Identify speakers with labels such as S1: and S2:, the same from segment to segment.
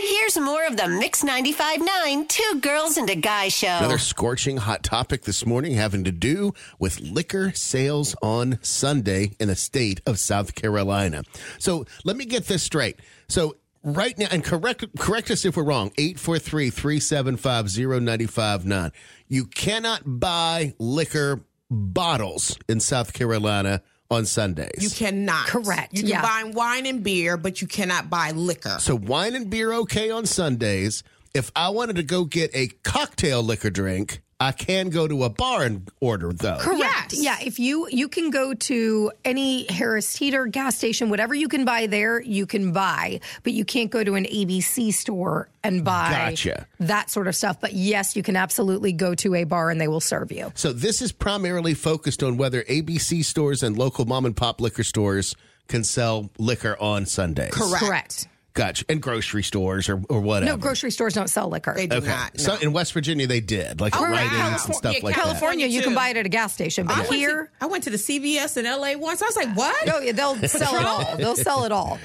S1: Here's more of the Mix 95.9 Two Girls and a Guy Show.
S2: Another scorching hot topic this morning having to do with liquor sales on Sunday in the state of South Carolina. So let me get this straight. So right now, and correct correct us if we're wrong, 843-375-0959. You cannot buy liquor bottles in South Carolina on Sundays.
S3: You cannot.
S4: Correct,
S3: You can
S4: yeah.
S3: buy wine and beer, but you cannot buy liquor.
S2: So wine and beer okay on Sundays. If I wanted to go get a cocktail liquor drink, I can go to a bar and order though.
S4: Correct.
S3: Yes.
S4: Yeah. If you you can go to any Harris Teeter gas station, whatever you can buy there, you can buy, but you can't go to an ABC store and buy
S2: Gotcha.
S4: that sort of stuff. But yes, you can absolutely go to a bar and they will serve you.
S2: So this is primarily focused on whether ABC stores and local mom and pop liquor stores can sell liquor on Sundays.
S3: Correct.
S4: Correct.
S2: Gotcha. And grocery stores or, or whatever.
S4: No, grocery stores don't sell liquor.
S3: They do not.
S2: So
S3: no.
S2: in West Virginia they did, like at
S3: Oh,
S2: Rite
S3: wow.
S2: Aids and stuff
S3: Yeah,
S2: like that.
S4: California, you can
S3: Too.
S4: buy it at a gas station,
S3: I
S4: but
S3: went to-
S4: here,
S3: I went to the CVS in LA once. I was like, what?
S4: no, they'll sell it all. They'll sell it all.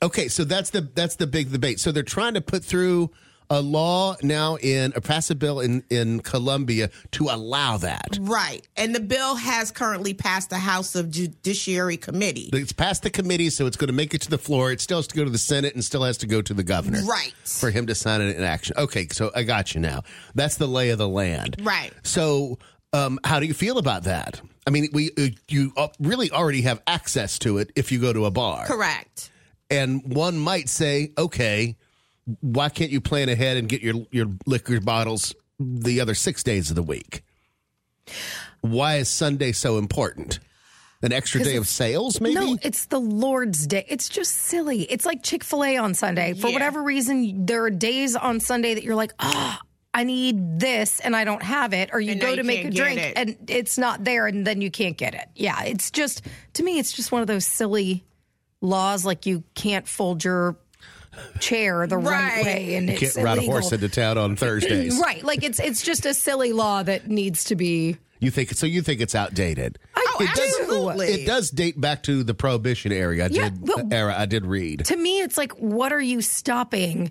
S2: Okay, so that's the that's the big debate. So they're trying to put through a law now in a pass a bill in in Colombia to allow that.
S3: Right. And the bill has currently passed the House of Judiciary Committee.
S2: It's passed the committee, so it's going to make it to the floor. It still has to go to the Senate and still has to go to the governor.
S3: Right.
S2: For him to sign it in action. Okay, so I got you now. That's the lay of the land.
S3: Right.
S2: So, um, how do you feel about that? I mean, we uh, you uh, really already have access to it if you go to a bar.
S3: Correct.
S2: And one might say, okay, why can't you plan ahead and get your your liquor bottles the other six days of the week? Why is Sunday so important? An extra day of sales, maybe?
S4: No, it's the Lord's Day. It's just silly. It's like Chick fil A on Sunday. For
S3: Yeah.
S4: whatever reason, there are days on Sunday that you're like, ah. I need this and I don't have it, or you
S3: And now
S4: go
S3: you
S4: to make a
S3: can't get
S4: drink
S3: it.
S4: and it's not there, and then you can't get it. Yeah, it's just to me, it's just one of those silly laws like you can't fold your chair the right,
S3: Right.
S4: way, and it's
S2: can't ride a horse
S4: illegal.
S2: into town on Thursdays.
S4: right? Like it's it's just a silly law that needs to be
S2: You think so? You think it's outdated?
S4: I
S3: Oh, absolutely.
S2: It does date back to the Prohibition era. I
S4: Yeah,
S2: did
S4: but-
S2: era. I did read.
S4: to me, it's like, what are you stopping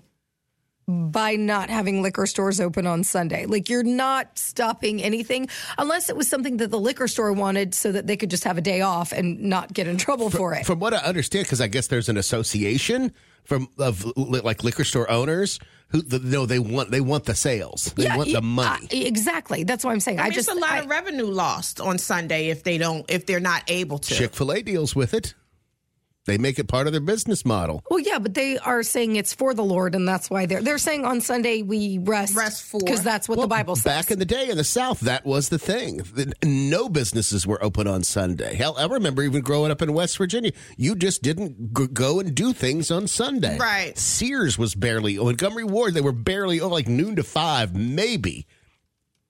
S4: by not having liquor stores open on Sunday? Like, you're not stopping anything unless it was something that the liquor store wanted so that they could just have a day off and not get in trouble for it.
S2: From what I understand, because I guess there's an association from of li- like liquor store owners who the, no they want they want the sales. They want
S4: yeah,
S2: the money.
S4: I- exactly. That's what I'm saying. I,
S3: I mean,
S4: just
S3: it's a lot
S4: I-
S3: of revenue lost on Sunday if they don't if they're not able to.
S2: Chick Fil A deals with it. They make it part of their business model.
S4: well, yeah, but they are saying it's for the Lord, and that's why they're they're saying on Sunday we rest
S3: Rest for-
S4: because that's what the Bible says.
S2: Back in the day in the South, that was the thing. The- No businesses were open on Sunday. Hell, I remember even growing up in West Virginia, you just didn't g- go and do things on Sunday.
S3: Right.
S2: Sears was barely, Montgomery Ward, they were barely, oh, like noon to five, maybe,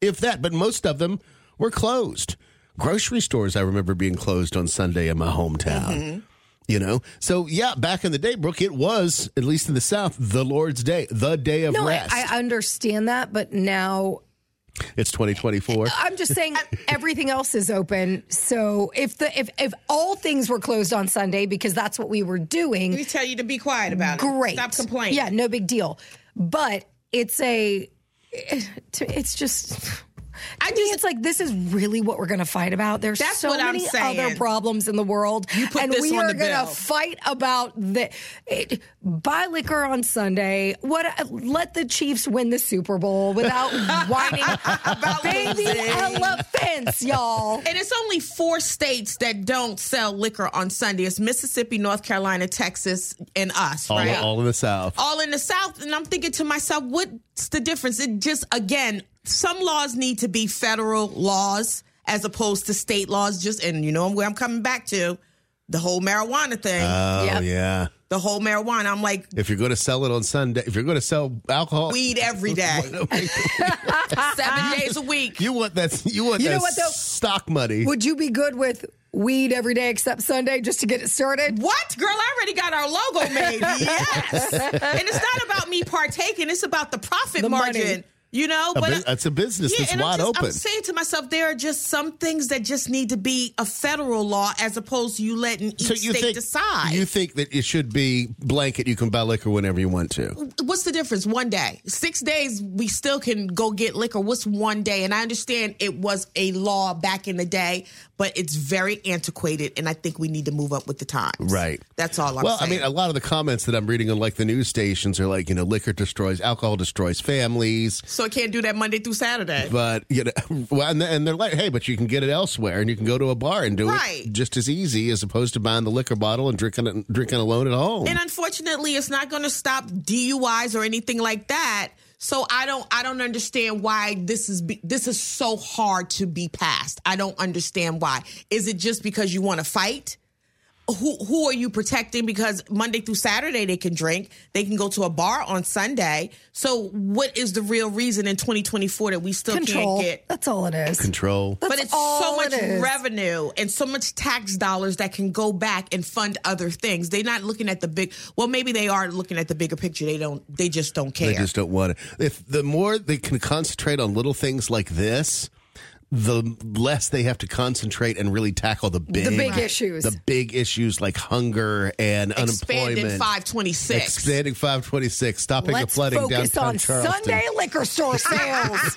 S2: if that. But most of them were closed. Grocery stores, I remember being closed on Sunday in my hometown.
S4: Mm-hmm.
S2: You know, so yeah, back in the day, Brooke, it was at least in the South the Lord's Day, the day of
S4: no, I,
S2: rest.
S4: I understand that, but now
S2: it's 2024.
S4: I'm just saying everything else is open. So if the if if all things were closed on Sunday because that's what we were doing,
S3: We tell you to be quiet about it.
S4: great.
S3: Stop complaining.
S4: Yeah, no big deal. But it's a it's just I mean, it's like this is really what we're going to fight about. There's
S3: That's
S4: so
S3: what I'm
S4: many
S3: saying.
S4: other problems in the world,
S3: put
S4: and
S3: this
S4: we
S3: on
S4: are
S3: the
S4: going
S3: bill.
S4: to fight about the it, buy liquor on Sunday. What? Let the Chiefs win the Super Bowl without whining about baby
S3: losing.
S4: elephants, y'all.
S3: And it's only four states that don't sell liquor on Sunday. It's Mississippi, North Carolina, Texas, and us,
S2: all,
S3: right? Oh,
S2: all in the South.
S3: all in the South. And I'm thinking to myself, what's the difference? It just, again, some laws need to be federal laws as opposed to state laws. Just, and you know where I'm coming back to the whole marijuana thing.
S2: Oh
S4: Yep.
S2: yeah.
S3: the whole marijuana. I'm like,
S2: If you're going to sell it on Sunday, if you're going to sell alcohol,
S3: weed every day, seven days a week.
S2: you want that. You want
S4: You know
S2: that
S4: what, though?
S2: stock money.
S4: Would you be good with weed every day except Sunday just to get it started?
S3: What? Girl, I already got our logo made. Yes. and it's not about me partaking, it's about the profit
S4: The money.
S3: margin. You know,
S2: A
S3: but
S2: bu- it's a business that's
S3: and I'm
S2: wide
S3: just-
S2: open.
S3: I'm saying to myself, there are just some things that just need to be a federal law as opposed to you letting each state decide.
S2: you think that it should be blanket? You can buy liquor whenever you want to.
S3: what's the difference? One day, six days, we still can go get liquor. What's one day? And I understand it was a law back in the day, but it's very antiquated, and I think we need to move up with the times.
S2: Right.
S3: That's all I'm
S2: well,
S3: saying.
S2: I mean, a lot of the comments that I'm reading on like the news stations are like, you know, liquor destroys, alcohol destroys families.
S3: so I can't do that Monday through Saturday.
S2: But you know, well, and, and they're like, hey, but you can get it elsewhere, and you can go to a bar and do
S3: Right.
S2: it just as easy as opposed to buying the liquor bottle and drinking it, drinking alone at home.
S3: and unfortunately it's not going to stop DUIs or anything like that. So I don't I don't understand why this is be, this is so hard to be passed. I don't understand why. Is it just because you want to fight? Who who are you protecting because Monday through Saturday they can drink, they can go to a bar on Sunday. So what is the real reason in 2024 that we still
S4: Control.
S3: can't get
S4: That's all it is.
S2: Control.
S3: but
S4: That's
S3: it's so
S4: all
S3: much
S4: it is.
S3: revenue and so much tax dollars that can go back and fund other things. They're not looking at the big. Well, maybe they are looking at the bigger picture. They don't. They just don't care.
S2: They just don't want it. If the more they can concentrate on little things like this, the less they have to concentrate and really tackle the big,
S4: big issues.
S2: the big issues like hunger and
S3: Expanded
S2: unemployment.
S3: five twenty six.
S2: Expanding 526, stopping the
S4: Let's
S2: flooding
S4: focus
S2: downtown
S4: on
S2: Charleston.
S4: Sunday liquor store sales.